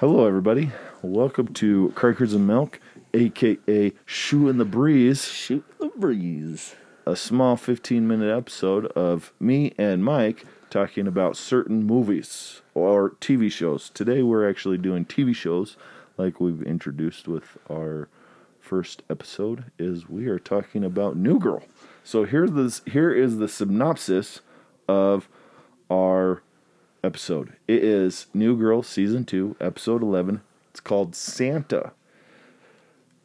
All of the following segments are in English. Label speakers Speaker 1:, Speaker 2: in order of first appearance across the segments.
Speaker 1: Hello, everybody. Welcome to Crackers and Milk, aka Shoe in the Breeze,
Speaker 2: Shoot the breeze.
Speaker 1: a small 15 minute episode of me and Mike talking about certain movies or TV shows. Today, we're actually doing TV shows like we've introduced with our first episode is we are talking about New Girl. So here this here is the synopsis of our episode. It is New Girl season 2, episode 11. It's called Santa.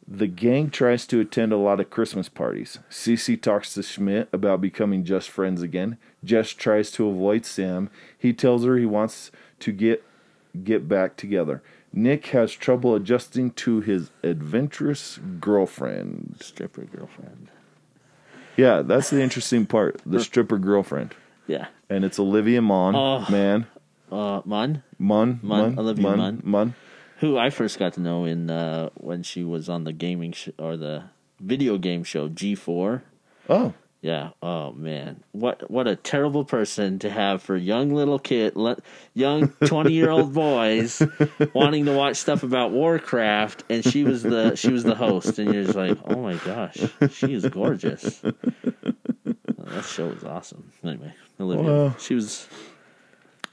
Speaker 1: The gang tries to attend a lot of Christmas parties. Cece talks to Schmidt about becoming just friends again. Jess tries to avoid Sam. He tells her he wants to get get back together. Nick has trouble adjusting to his adventurous girlfriend.
Speaker 2: Stripper girlfriend.
Speaker 1: Yeah, that's the interesting part. The stripper girlfriend.
Speaker 2: Yeah.
Speaker 1: And it's Olivia Munn.
Speaker 2: Oh.
Speaker 1: Man.
Speaker 2: Uh, Mun,
Speaker 1: Munn.
Speaker 2: Munn,
Speaker 1: Munn.
Speaker 2: Olivia Munn.
Speaker 1: Munn.
Speaker 2: who I first got to know in uh, when she was on the gaming sh- or the video game show G4.
Speaker 1: Oh.
Speaker 2: Yeah. Oh man, what what a terrible person to have for young little kid, le- young twenty year old boys wanting to watch stuff about Warcraft, and she was the she was the host, and you're just like, oh my gosh, she is gorgeous. Oh, that show was awesome. Anyway, Olivia,
Speaker 1: Well,
Speaker 2: she was.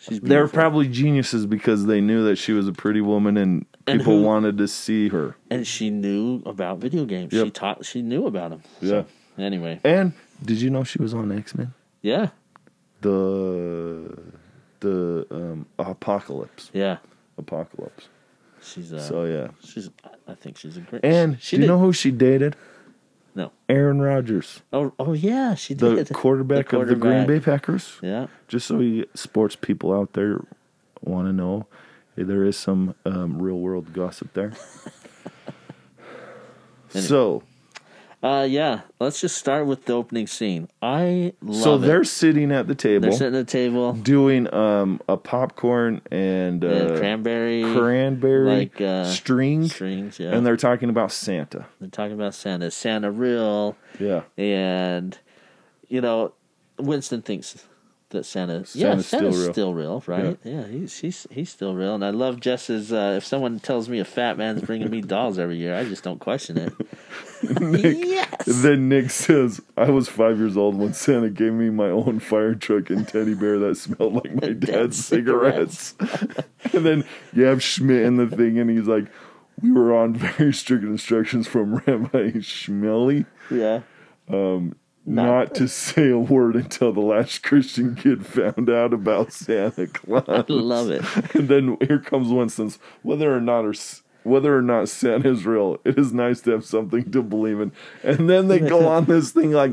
Speaker 2: She's
Speaker 1: They're
Speaker 2: beautiful.
Speaker 1: probably geniuses because they knew that she was a pretty woman and
Speaker 2: And
Speaker 1: people
Speaker 2: who-
Speaker 1: wanted to see her.
Speaker 2: and she knew about video games. She
Speaker 1: Yep.
Speaker 2: taught. She knew about them.
Speaker 1: Yeah.
Speaker 2: Anyway,
Speaker 1: And did you know she was on X Men?
Speaker 2: yeah,
Speaker 1: The the um, apocalypse.
Speaker 2: yeah.
Speaker 1: Apocalypse.
Speaker 2: She's uh,
Speaker 1: So yeah.
Speaker 2: she's. I think she's a great.
Speaker 1: And
Speaker 2: she
Speaker 1: do you
Speaker 2: did-
Speaker 1: know who she dated?
Speaker 2: No.
Speaker 1: Aaron Rodgers,
Speaker 2: Oh, oh yeah, she
Speaker 1: the
Speaker 2: did.
Speaker 1: quarterback, of the Green
Speaker 2: quarterback.
Speaker 1: Bay Packers.
Speaker 2: Yeah,
Speaker 1: Just so you sports people out there want to know, there is some um, real world gossip there. so
Speaker 2: uh, yeah. Let's just start with the opening scene. I love
Speaker 1: so
Speaker 2: it.
Speaker 1: they're sitting at the
Speaker 2: they're
Speaker 1: table
Speaker 2: sitting at the table.
Speaker 1: doing um, a popcorn and
Speaker 2: Uh,
Speaker 1: uh,
Speaker 2: cranberry,
Speaker 1: cranberry
Speaker 2: like, uh,
Speaker 1: string,
Speaker 2: strings. Yeah,
Speaker 1: and they're
Speaker 2: they're,
Speaker 1: talking about Santa.
Speaker 2: talking about Santa. Santa real,
Speaker 1: Yeah,
Speaker 2: and you know, Winston thinks that Santa. yeah,
Speaker 1: Santa's still
Speaker 2: Santa's
Speaker 1: real.
Speaker 2: still real, right? Yeah, he's he's he's still real, and I love Jess's. Uh, if someone tells me a fat man's bringing me dolls every year, I just don't question it. yes.
Speaker 1: Then Nick says, I was five years old when Santa gave me my own fire truck and teddy bear that smelled like my
Speaker 2: Dad's
Speaker 1: dad's cigarettes. and then you have Schmidt in the thing, and he's like, We were on very strict instructions from Rabbi Schmelly
Speaker 2: Yeah.
Speaker 1: not to say a word until the last Christian kid found out about Santa Claus.
Speaker 2: Love it.
Speaker 1: And then here comes Winston's. Whether or not or whether or not Santa is real, it is nice to have something to believe in. And then they go on this thing like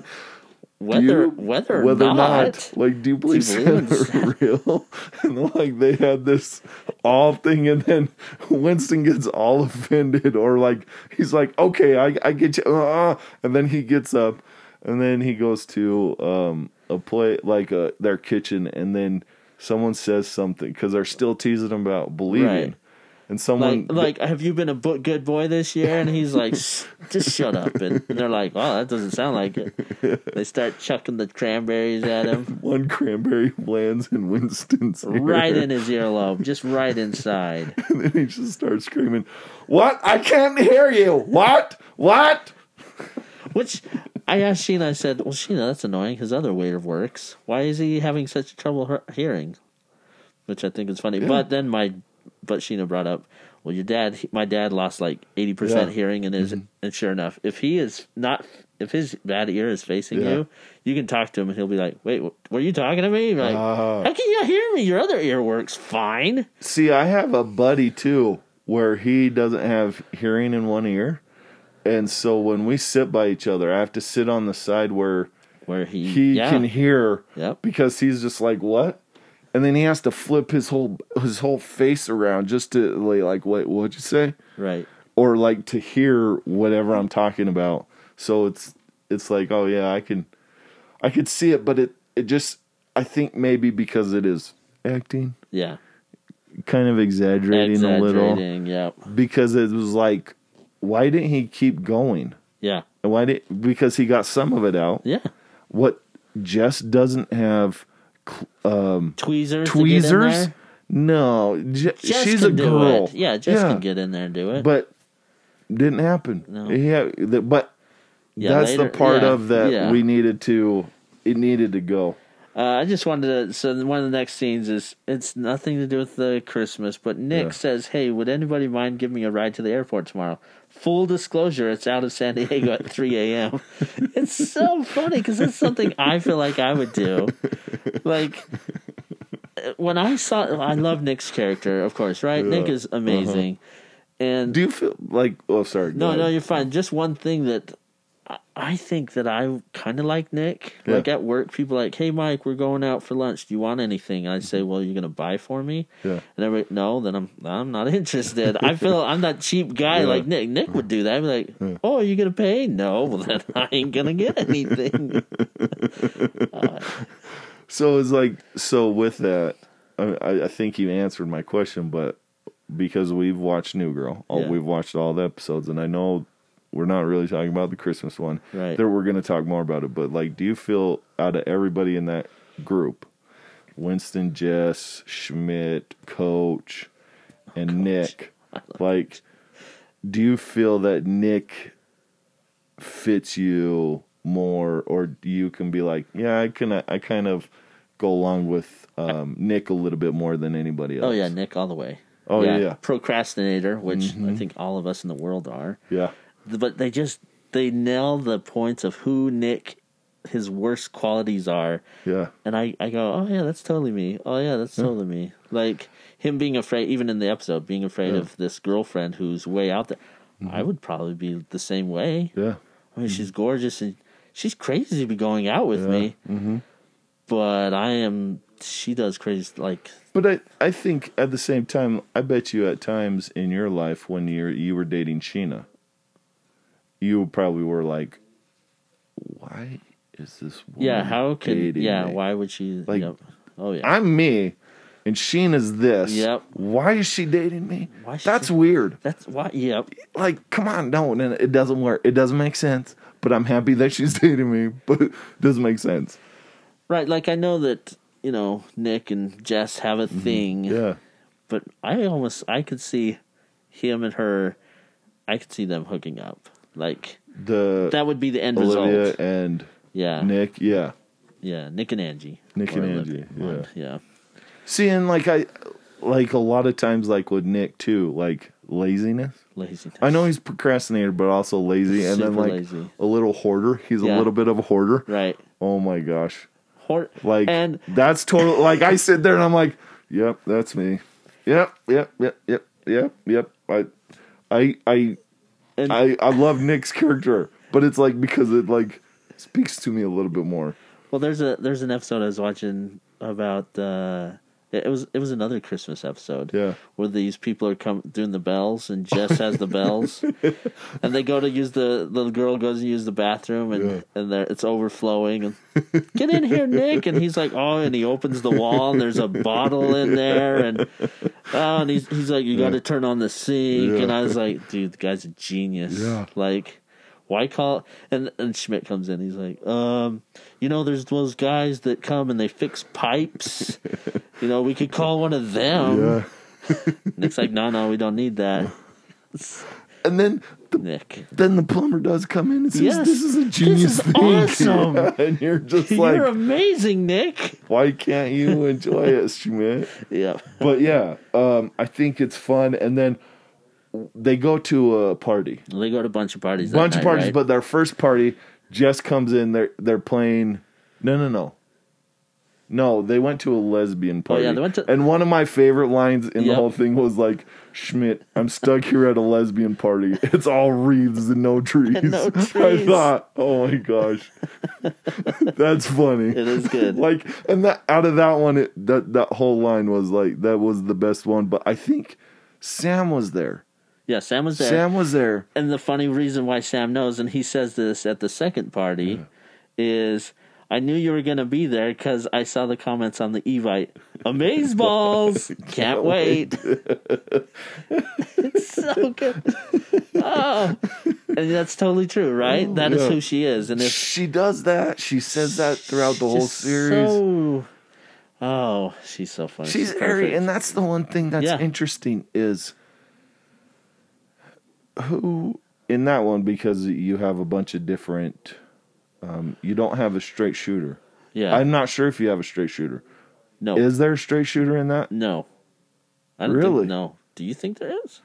Speaker 1: do
Speaker 2: Whether
Speaker 1: you-
Speaker 2: whether or
Speaker 1: whether
Speaker 2: not,
Speaker 1: like do you believe
Speaker 2: you believe in
Speaker 1: Santa's real? And like they had this all thing, and then Winston gets all offended, or like he's like, okay, I I get you, uh, and then he gets up, and then he goes to um a play like uh their kitchen, and then someone says something because they're still teasing him about believing.
Speaker 2: Right.
Speaker 1: And someone
Speaker 2: like like have you been a bo- good boy this year? And he's like, "S- just shut up. And they're like, oh, that doesn't sound like it. They start chucking the cranberries at him
Speaker 1: one cranberry lands in Winston's ear.
Speaker 2: right in his earlobe, just right inside.
Speaker 1: And then he just starts screaming, What? I can't hear you. What? What?
Speaker 2: Which I asked Sheena, I said, Well, Sheena, that's annoying. His other waiter works. Why is he having such trouble her- hearing? Which I think is funny. But then my, but Sheena brought up, Well, your dad, he- my dad lost like 80%
Speaker 1: Yeah. Mm-hmm.
Speaker 2: hearing, and, is, and sure enough, if he is not, if his bad ear is facing
Speaker 1: Yeah.
Speaker 2: you, you can talk to him and he'll be like, Wait, wh- were you talking to me? You're like,
Speaker 1: Ah.
Speaker 2: How can you not hear me? Your other ear works fine.
Speaker 1: See, I have a buddy too where he doesn't have hearing in one ear. And so when we sit by each other, I have to sit on the side where
Speaker 2: Where he,
Speaker 1: he
Speaker 2: yeah.
Speaker 1: can hear
Speaker 2: Yep.
Speaker 1: because he's just like, What? And then he has to flip his whole his whole face around just to like, like wait, what'd you say?
Speaker 2: right.
Speaker 1: or like to hear whatever I'm talking about. So it's it's like, oh yeah, I can I could see it, but it it just I think maybe because it is acting,
Speaker 2: Yeah.
Speaker 1: kind of exaggerating, a little
Speaker 2: Exaggerating, Yep.
Speaker 1: because it was like why didn't he keep going?
Speaker 2: Yeah.
Speaker 1: And Why did because he got some of it out.
Speaker 2: Yeah.
Speaker 1: What Jess doesn't have
Speaker 2: tweezers. to get in
Speaker 1: tweezers
Speaker 2: there.
Speaker 1: No, Je-
Speaker 2: Jess
Speaker 1: she's a
Speaker 2: can do
Speaker 1: girl.
Speaker 2: It. Yeah, Jess can get in there and do it.
Speaker 1: but didn't happen.
Speaker 2: No.
Speaker 1: Yeah, the, but
Speaker 2: Yeah,
Speaker 1: that's
Speaker 2: later-
Speaker 1: the part
Speaker 2: yeah,
Speaker 1: of that
Speaker 2: yeah.
Speaker 1: we needed to. It needed to go.
Speaker 2: Uh, I just wanted to. So then one of the next scenes is it's nothing to do with the Christmas, but Nick
Speaker 1: Yeah.
Speaker 2: says, "Hey, would anybody mind giving me a ride to the airport tomorrow?" Full disclosure: It's out of San Diego at three a.m. It's so funny because it's something I feel like I would do. Like uh, when I saw, I love Nick's character, of course, right? Nick is amazing,
Speaker 1: Uh-huh.
Speaker 2: and
Speaker 1: Do you feel like? Oh, sorry. go
Speaker 2: no,
Speaker 1: ahead.
Speaker 2: no, you're fine. Just one thing that I- I think that I kind of like Nick.
Speaker 1: Yeah.
Speaker 2: Like at work, people are like, "Hey, Mike, we're going out for lunch. Do you want anything?" And I
Speaker 1: Mm-hmm.
Speaker 2: say, "Well, you're gonna buy for me."
Speaker 1: Yeah.
Speaker 2: And everybody, no, then I'm I'm not interested. I feel I'm that cheap guy
Speaker 1: Yeah.
Speaker 2: like Nick. Nick would do that. I'd be like, "Oh, are you gonna pay?" No, well then I ain't gonna get anything.
Speaker 1: So it's like so with that. I, I- I think you answered my question, but because we've watched New Girl, all,
Speaker 2: Yeah.
Speaker 1: we've watched all the episodes, and I know we're not really talking about the Christmas one.
Speaker 2: Right.
Speaker 1: There, we're going to talk more about it. But like, do you feel out of everybody in that group, Winston, Jess, Schmidt, Coach, and Nick, like, do you feel that Nick fits you more, or you can be like, yeah, I can, I kind of go along with um, Nick a little bit more than anybody else.
Speaker 2: oh yeah, Nick, all the way.
Speaker 1: Oh, yeah, Mm-hmm. yeah.
Speaker 2: procrastinator, which I think all of us in the world are.
Speaker 1: yeah,
Speaker 2: but they just they nail the points of who Nick his worst qualities are
Speaker 1: yeah,
Speaker 2: and I, I go oh yeah that's totally me oh yeah that's totally me like him being afraid even in the episode being afraid
Speaker 1: Yeah. Mm-hmm.
Speaker 2: of this girlfriend who's way out there I would probably be the same way
Speaker 1: yeah.
Speaker 2: I
Speaker 1: Mm-hmm.
Speaker 2: mean she's gorgeous and she's crazy to be going out with me mm-hmm. but I am she does crazy like
Speaker 1: But I, I think at the same time, I bet you at times in your life when you you were dating Sheena, you probably were like, "Why is this woman?
Speaker 2: yeah how can
Speaker 1: dating
Speaker 2: yeah
Speaker 1: me?
Speaker 2: why would she
Speaker 1: Mm, Like,
Speaker 2: yep. oh yeah
Speaker 1: I'm me, and Sheena's this.
Speaker 2: Yep.
Speaker 1: Why is she dating me?
Speaker 2: Why is
Speaker 1: That's
Speaker 2: she-
Speaker 1: weird.
Speaker 2: that's why yep
Speaker 1: Like, come on, no, no, it doesn't work. It doesn't make sense. But I'm happy that she's dating me. But it doesn't make sense.
Speaker 2: Right, like I know that, you know, Nick and Jess have
Speaker 1: Mm-hmm.
Speaker 2: a thing,
Speaker 1: Yeah,
Speaker 2: but I almost I could see him and her I could see them hooking up. Like
Speaker 1: the
Speaker 2: that would be the end
Speaker 1: Olivia
Speaker 2: result.
Speaker 1: and
Speaker 2: Yeah.
Speaker 1: Nick. Yeah.
Speaker 2: Yeah, Nick and Angie.
Speaker 1: Nick
Speaker 2: Or
Speaker 1: and
Speaker 2: Olivia.
Speaker 1: Angie, yeah.
Speaker 2: One, Yeah.
Speaker 1: See, and like I, like a lot of times, like with Nick too, like laziness.
Speaker 2: Lazy.
Speaker 1: I know he's procrastinator, but also lazy, and then
Speaker 2: Super
Speaker 1: like
Speaker 2: lazy.
Speaker 1: a little hoarder. He's
Speaker 2: Yeah.
Speaker 1: a little bit of a hoarder.
Speaker 2: Right.
Speaker 1: Oh my gosh!
Speaker 2: Hor-
Speaker 1: Like
Speaker 2: and
Speaker 1: that's total. Like I sit there and I'm like, "Yep, that's me. Yep, yep, yep, yep, yep, yep." I, I, I,
Speaker 2: And-
Speaker 1: I, I love Nick's character, but it's like because it like speaks to me a little bit more.
Speaker 2: Well, there's a there's an episode I was watching about uh it it was it was another Christmas episode.
Speaker 1: Yeah.
Speaker 2: Where these people are come doing the bells and Jess has the bells. And they go to use the the girl goes and use the bathroom and
Speaker 1: Yeah.
Speaker 2: and there it's overflowing and get in here Nick and he's like oh and he opens the wall and there's a bottle in there and oh and he's he's like you got to turn on the sink
Speaker 1: Yeah.
Speaker 2: and I was like dude the guy's a genius.
Speaker 1: Yeah.
Speaker 2: Like why call and and Schmidt comes in he's like um you know there's those guys that come and they fix pipes you know we could call one of them
Speaker 1: Yeah.
Speaker 2: Nick's like no no we don't need that
Speaker 1: And then the
Speaker 2: Nick
Speaker 1: then the plumber does come in and says,
Speaker 2: Yes.
Speaker 1: "This is a
Speaker 2: This
Speaker 1: genius
Speaker 2: is
Speaker 1: thing."
Speaker 2: awesome.
Speaker 1: and you're just like,
Speaker 2: you're amazing Nick
Speaker 1: "Why can't you enjoy it, Schmidt?"
Speaker 2: yeah
Speaker 1: But yeah, um, I think it's fun. And then they go to a party,
Speaker 2: they go to a bunch of parties that
Speaker 1: bunch of
Speaker 2: night,
Speaker 1: parties.
Speaker 2: right?
Speaker 1: But their first party, Jess comes in. They're they're playing. No, no, no. No, they went to a lesbian party.
Speaker 2: Oh, yeah, they went to-
Speaker 1: and one of my favorite lines in the
Speaker 2: Yep.
Speaker 1: whole thing was like, "Schmidt, I'm stuck here at a lesbian party. It's all wreaths and no trees."
Speaker 2: And no
Speaker 1: I
Speaker 2: trees.
Speaker 1: thought, "Oh my gosh, that's funny."
Speaker 2: it is good
Speaker 1: like and that out of that one it, that that whole line was like that was the best one but i think sam was there
Speaker 2: yeah Sam was there
Speaker 1: sam was there
Speaker 2: and the funny reason why Sam knows, and he says this at the second party, is I knew you were going to be there because I saw the comments on the Evite. Amaze balls! Can't wait. it's so good. Oh, and that's totally true, right? That is
Speaker 1: yeah.
Speaker 2: who she is, and it's
Speaker 1: she does that she says that throughout the whole
Speaker 2: just
Speaker 1: series
Speaker 2: So, Oh, she's so funny.
Speaker 1: She's
Speaker 2: perfect.
Speaker 1: airy, and that's the one thing that's
Speaker 2: Yeah.
Speaker 1: interesting is who in that one because you have a bunch of different. Um, you don't have a straight shooter.
Speaker 2: yeah.
Speaker 1: I'm not sure if you have a straight shooter.
Speaker 2: no.
Speaker 1: Is there a straight shooter in that?
Speaker 2: no. I don't
Speaker 1: Really?
Speaker 2: Think, no. Do you think there is?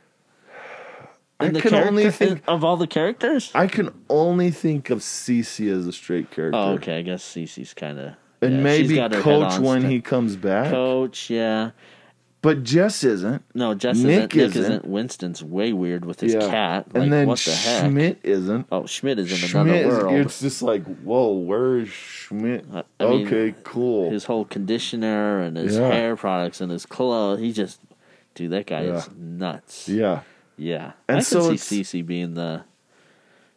Speaker 1: I
Speaker 2: In the
Speaker 1: can only
Speaker 2: character-
Speaker 1: think-
Speaker 2: of all the characters.
Speaker 1: I can only think of Cece as a straight character.
Speaker 2: Oh, okay. I guess Cece's kind of.
Speaker 1: And maybe Coach when he comes back,
Speaker 2: Coach, yeah.
Speaker 1: but Jess isn't.
Speaker 2: No, Jess
Speaker 1: Nick
Speaker 2: isn't. Nick isn't.
Speaker 1: isn't.
Speaker 2: Winston's way weird with his
Speaker 1: Yeah.
Speaker 2: cat. Like,
Speaker 1: and then
Speaker 2: what the heck?
Speaker 1: Schmidt isn't.
Speaker 2: oh, Schmidt is in
Speaker 1: Schmidt,
Speaker 2: another
Speaker 1: is-
Speaker 2: world.
Speaker 1: it's just like, whoa, where is Schmidt?
Speaker 2: I- I mean,
Speaker 1: okay, cool.
Speaker 2: his whole conditioner and his
Speaker 1: Yeah.
Speaker 2: hair products and his clothes. He just, dude, that guy is
Speaker 1: Yeah.
Speaker 2: nuts. Yeah,
Speaker 1: yeah, And
Speaker 2: I can
Speaker 1: so it's-
Speaker 2: see Cece being the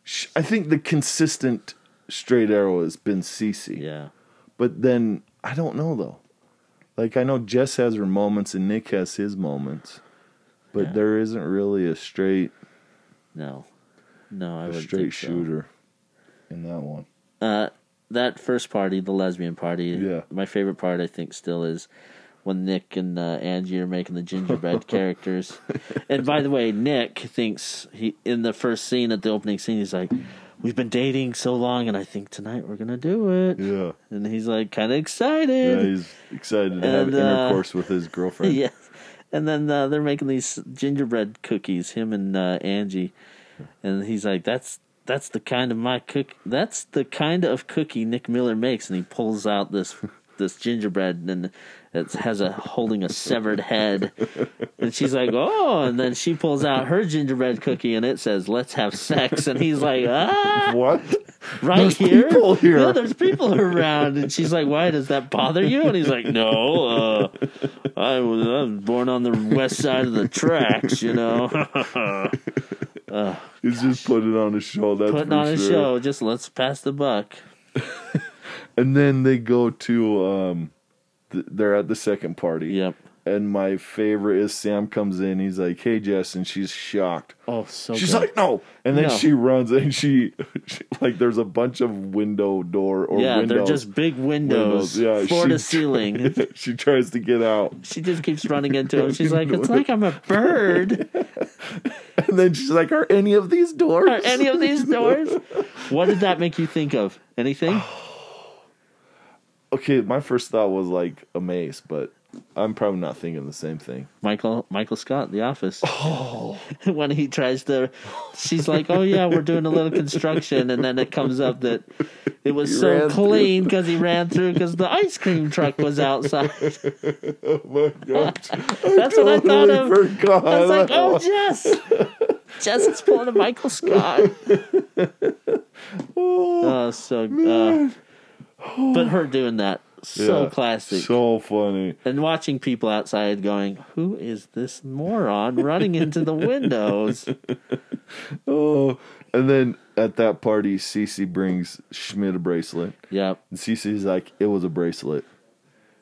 Speaker 1: Sh- I think the consistent straight arrow has been Cece.
Speaker 2: yeah,
Speaker 1: But then I don't know though. Like I know Jess has her moments and Nick has his moments, but
Speaker 2: Yeah.
Speaker 1: there isn't really a straight
Speaker 2: no, no, I
Speaker 1: a
Speaker 2: would
Speaker 1: straight
Speaker 2: straight so.
Speaker 1: shooter in that one.
Speaker 2: Uh, that first party, the lesbian party.
Speaker 1: Yeah.
Speaker 2: my favorite part, I think, still is. When Nick and uh, Angie are making the gingerbread characters, and by the way, Nick thinks he in the first scene at the opening scene, he's like, "We've been dating so long, and I think tonight we're gonna do it."
Speaker 1: Yeah.
Speaker 2: And he's like, kind of
Speaker 1: Yeah,
Speaker 2: excited.
Speaker 1: he's excited to have
Speaker 2: And, uh,
Speaker 1: intercourse with his girlfriend.
Speaker 2: Yes. And then uh, they're making these gingerbread cookies, him and uh, Angie, and he's like, "That's that's the kind of my cook. That's the kind of cookie Nick Miller makes." And he pulls out this this gingerbread and it has a holding a severed head, and she's like, "Oh!" And then she pulls out her gingerbread cookie and it says, "Let's have sex." And he's like, "Ah!"
Speaker 1: What?
Speaker 2: right
Speaker 1: There's
Speaker 2: here?
Speaker 1: people here.
Speaker 2: Yeah, there's people around. And she's like, why does that bother you? And he's like, no, uh, I, was, I was born on the west side of the tracks, you know.
Speaker 1: He's just putting on a show. That's
Speaker 2: Putting
Speaker 1: for
Speaker 2: on a
Speaker 1: sure.
Speaker 2: show, just let's pass the buck.
Speaker 1: And then they go to um, th- they're at the second party.
Speaker 2: Yep.
Speaker 1: And my favorite is Sam comes in. He's like, "Hey, Jess," and she's shocked.
Speaker 2: Oh, so
Speaker 1: She's like, "No," and then
Speaker 2: No.
Speaker 1: she runs and she, she like there's a bunch of window door or
Speaker 2: yeah,
Speaker 1: windows.
Speaker 2: they're just big
Speaker 1: Windows,
Speaker 2: windows,
Speaker 1: yeah,
Speaker 2: floor
Speaker 1: she-
Speaker 2: to ceiling.
Speaker 1: she tries to get out,
Speaker 2: she just keeps running into him. She's like, it's like I'm a bird.
Speaker 1: and then she's like, "Are any of these doors?"
Speaker 2: Are any of these doors? What did that make you think of? Anything?
Speaker 1: okay, my first thought was like a maze, but I'm probably not thinking the same thing.
Speaker 2: Michael Michael Scott, The Office.
Speaker 1: Oh.
Speaker 2: when he tries to, she's like, "Oh yeah, we're doing a little construction," and then it comes up that it was
Speaker 1: He
Speaker 2: so
Speaker 1: ran
Speaker 2: clean because he ran through because the ice cream truck was outside.
Speaker 1: Oh my god,
Speaker 2: That's what I thought
Speaker 1: Oh,
Speaker 2: of.
Speaker 1: Forgot.
Speaker 2: I was like, "Oh Jess, Jess is pulling a Michael Scott." Oh, so. Uh, but her doing that so
Speaker 1: Yeah,
Speaker 2: classic.
Speaker 1: so funny.
Speaker 2: and watching people outside going, "Who is this moron running into the windows?"
Speaker 1: Oh, and then at that party, Cece brings Schmidt a bracelet,
Speaker 2: Yep.
Speaker 1: and Cece's like, "It was a bracelet."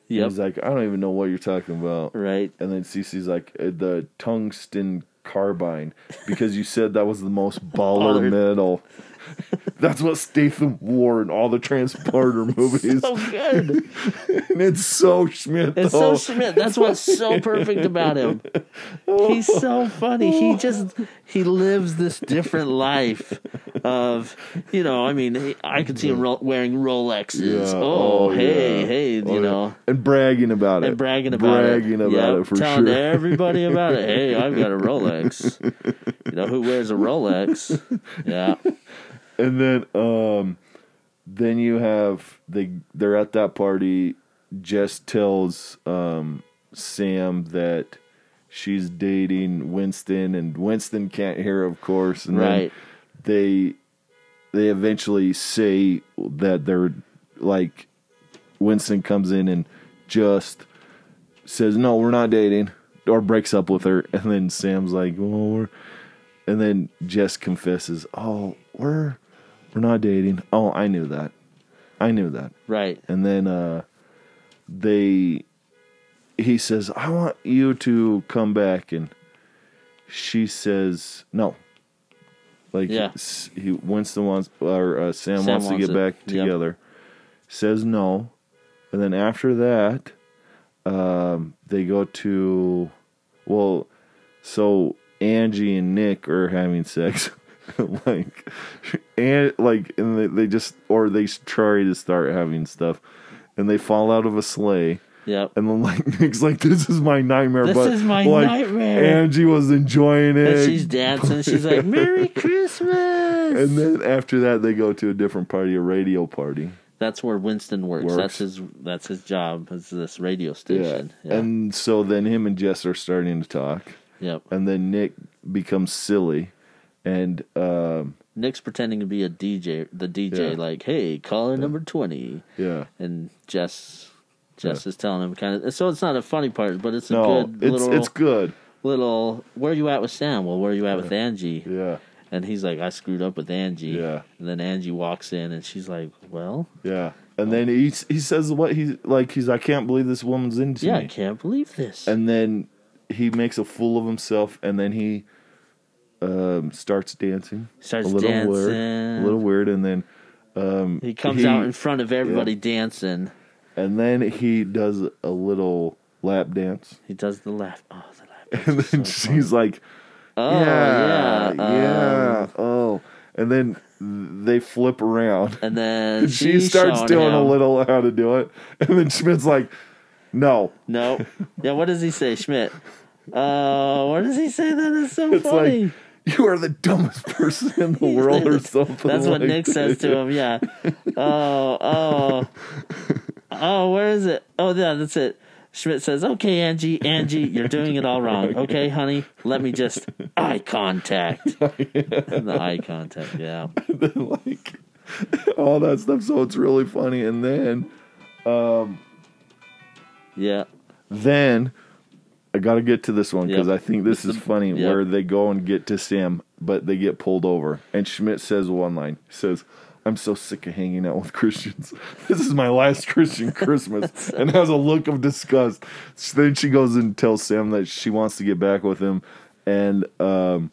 Speaker 2: Yep.
Speaker 1: He's like, "I don't even know what you're talking about."
Speaker 2: Right.
Speaker 1: And then Cece's like, "Uh, "The tungsten carbine, because you said that was the most baller
Speaker 2: Baller.
Speaker 1: metal." That's what Statham wore in all the Transporter movies,
Speaker 2: So good.
Speaker 1: and it's so Schmidt.
Speaker 2: It's
Speaker 1: though.
Speaker 2: so Schmidt. That's what's so perfect about him. He's so funny. He just he lives this different life of you know. I mean, he- I could see him ro- wearing Rolexes.
Speaker 1: Yeah. Oh,
Speaker 2: Oh, hey,
Speaker 1: yeah.
Speaker 2: hey, you
Speaker 1: Oh, yeah.
Speaker 2: know.
Speaker 1: and bragging about it,
Speaker 2: And bragging about
Speaker 1: bragging
Speaker 2: it,
Speaker 1: about
Speaker 2: Yep,
Speaker 1: it for
Speaker 2: telling
Speaker 1: sure.
Speaker 2: everybody about it. Hey, I've got a Rolex. You know who wears a Rolex? Yeah,
Speaker 1: and then um then you have they they're at that party jess tells um sam that she's dating winston and winston can't hear of course and
Speaker 2: right.
Speaker 1: then they they eventually say that they're like winston comes in and just says no we're not dating or breaks up with her and then sam's like well we're and then Jess confesses, "Oh, we're we're not dating." Oh, I knew that. I knew that.
Speaker 2: Right.
Speaker 1: And then uh they he says, "I want you to come back." And she says, "No." Like
Speaker 2: Yeah.
Speaker 1: s- he Winston wants or uh, Sam,
Speaker 2: Sam
Speaker 1: wants to
Speaker 2: wants
Speaker 1: get
Speaker 2: it.
Speaker 1: back
Speaker 2: Yep.
Speaker 1: together. Says no. And then after that, um, they go to well so angie and nick are having sex like and like and they, they just or they try to start having stuff and they fall out of a sleigh
Speaker 2: Yep.
Speaker 1: and then like Nick's like, "This is my nightmare."
Speaker 2: This
Speaker 1: but
Speaker 2: is my
Speaker 1: like,
Speaker 2: nightmare.
Speaker 1: Angie was enjoying it.
Speaker 2: And she's dancing. She's like, "Merry Christmas."
Speaker 1: and then after that, they go to a different party, a radio party.
Speaker 2: that's where Winston works.
Speaker 1: Works.
Speaker 2: That's his. That's his job. Is this radio station? Yeah.
Speaker 1: And so then him and Jess are starting to talk,
Speaker 2: yep.
Speaker 1: and then Nick becomes silly, and um,
Speaker 2: Nick's pretending to be a DJ. The DJ,
Speaker 1: Yeah.
Speaker 2: like, "Hey, caller number 20.
Speaker 1: yeah.
Speaker 2: and Jess. Jess is telling him kind of. So it's not a funny part, but it's a
Speaker 1: No,
Speaker 2: good
Speaker 1: it's
Speaker 2: little
Speaker 1: it's good.
Speaker 2: little. Where you at with Sam? Well, where you at with Angie?
Speaker 1: Yeah,
Speaker 2: And he's like, I screwed up with Angie.
Speaker 1: Yeah.
Speaker 2: And then Angie walks in, and she's like, Well,
Speaker 1: yeah. And then he he says what he's like. He's I can't believe this woman's into
Speaker 2: yeah, I
Speaker 1: me.
Speaker 2: can't believe this.
Speaker 1: and then he makes a fool of himself, and then he um, starts dancing.
Speaker 2: Starts
Speaker 1: a little weird,
Speaker 2: dancing.
Speaker 1: a little weird, and then
Speaker 2: he comes
Speaker 1: he-
Speaker 2: out in front of everybody dancing.
Speaker 1: and then he does a little lap dance,
Speaker 2: He does the laugh. Oh, the laugh.
Speaker 1: and then she's like,
Speaker 2: Oh,
Speaker 1: "Yeah,
Speaker 2: yeah.
Speaker 1: yeah,
Speaker 2: um,
Speaker 1: oh," and then they flip around.
Speaker 2: and then
Speaker 1: And she starts
Speaker 2: showing
Speaker 1: doing
Speaker 2: him.
Speaker 1: a little how to do it, and then Schmidt's like, "No."
Speaker 2: No. Yeah, what does he say, Schmidt? Uh, what does he say? That is so
Speaker 1: It's
Speaker 2: funny.
Speaker 1: like you are the dumbest person in the world, or something.
Speaker 2: That's what
Speaker 1: like
Speaker 2: Nick
Speaker 1: that.
Speaker 2: says to him. Yeah. Oh, oh, oh. Where is it? Oh, yeah, that's it. Schmidt says, "Okay, Angie, Angie, you're doing it all wrong. Okay, honey, let me just eye contact. the eye contact. Yeah.
Speaker 1: then like all that stuff. So it's really funny. And then
Speaker 2: Yeah.
Speaker 1: then I got to get to this one because
Speaker 2: Yep.
Speaker 1: I think this is funny.
Speaker 2: yep.
Speaker 1: Where they go and get to Sam, but they get pulled over. And Schmidt says one line. He says. I'm so sick of hanging out with Christians. This is my last Christian Christmas. and has a look of disgust. So then she goes and tells Sam that she wants to get back with him. And um,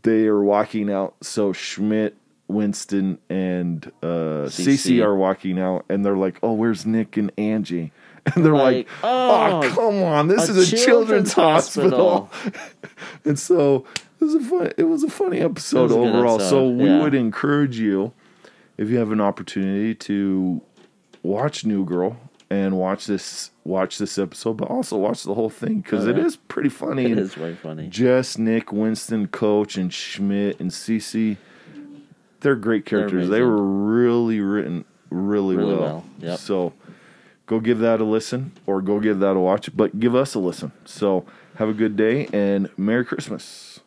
Speaker 1: they are walking out. So Schmidt, Winston, and uh,
Speaker 2: CC.
Speaker 1: Cece are walking out. And they're like, oh, where's Nick and Angie? And they're like,
Speaker 2: Like,
Speaker 1: oh,
Speaker 2: oh,
Speaker 1: come on, this
Speaker 2: a
Speaker 1: is a children's
Speaker 2: children's
Speaker 1: hospital. and so it was a fun, it was a funny episode
Speaker 2: It was a good
Speaker 1: overall. so
Speaker 2: episode,
Speaker 1: we
Speaker 2: yeah.
Speaker 1: would encourage you if you have an opportunity to watch New Girl and watch this watch this episode, but also watch the whole thing because
Speaker 2: Oh,
Speaker 1: it
Speaker 2: yeah.
Speaker 1: is pretty funny.
Speaker 2: It
Speaker 1: and
Speaker 2: is way funny.
Speaker 1: Jess, Nick, Winston, Coach, and Schmidt and Cece, they're great characters. they
Speaker 2: amazing.
Speaker 1: were really written really,
Speaker 2: Really
Speaker 1: well.
Speaker 2: well, yep.
Speaker 1: So go give that a listen or go give that a watch, but give us a listen. So have a good day and Merry Christmas.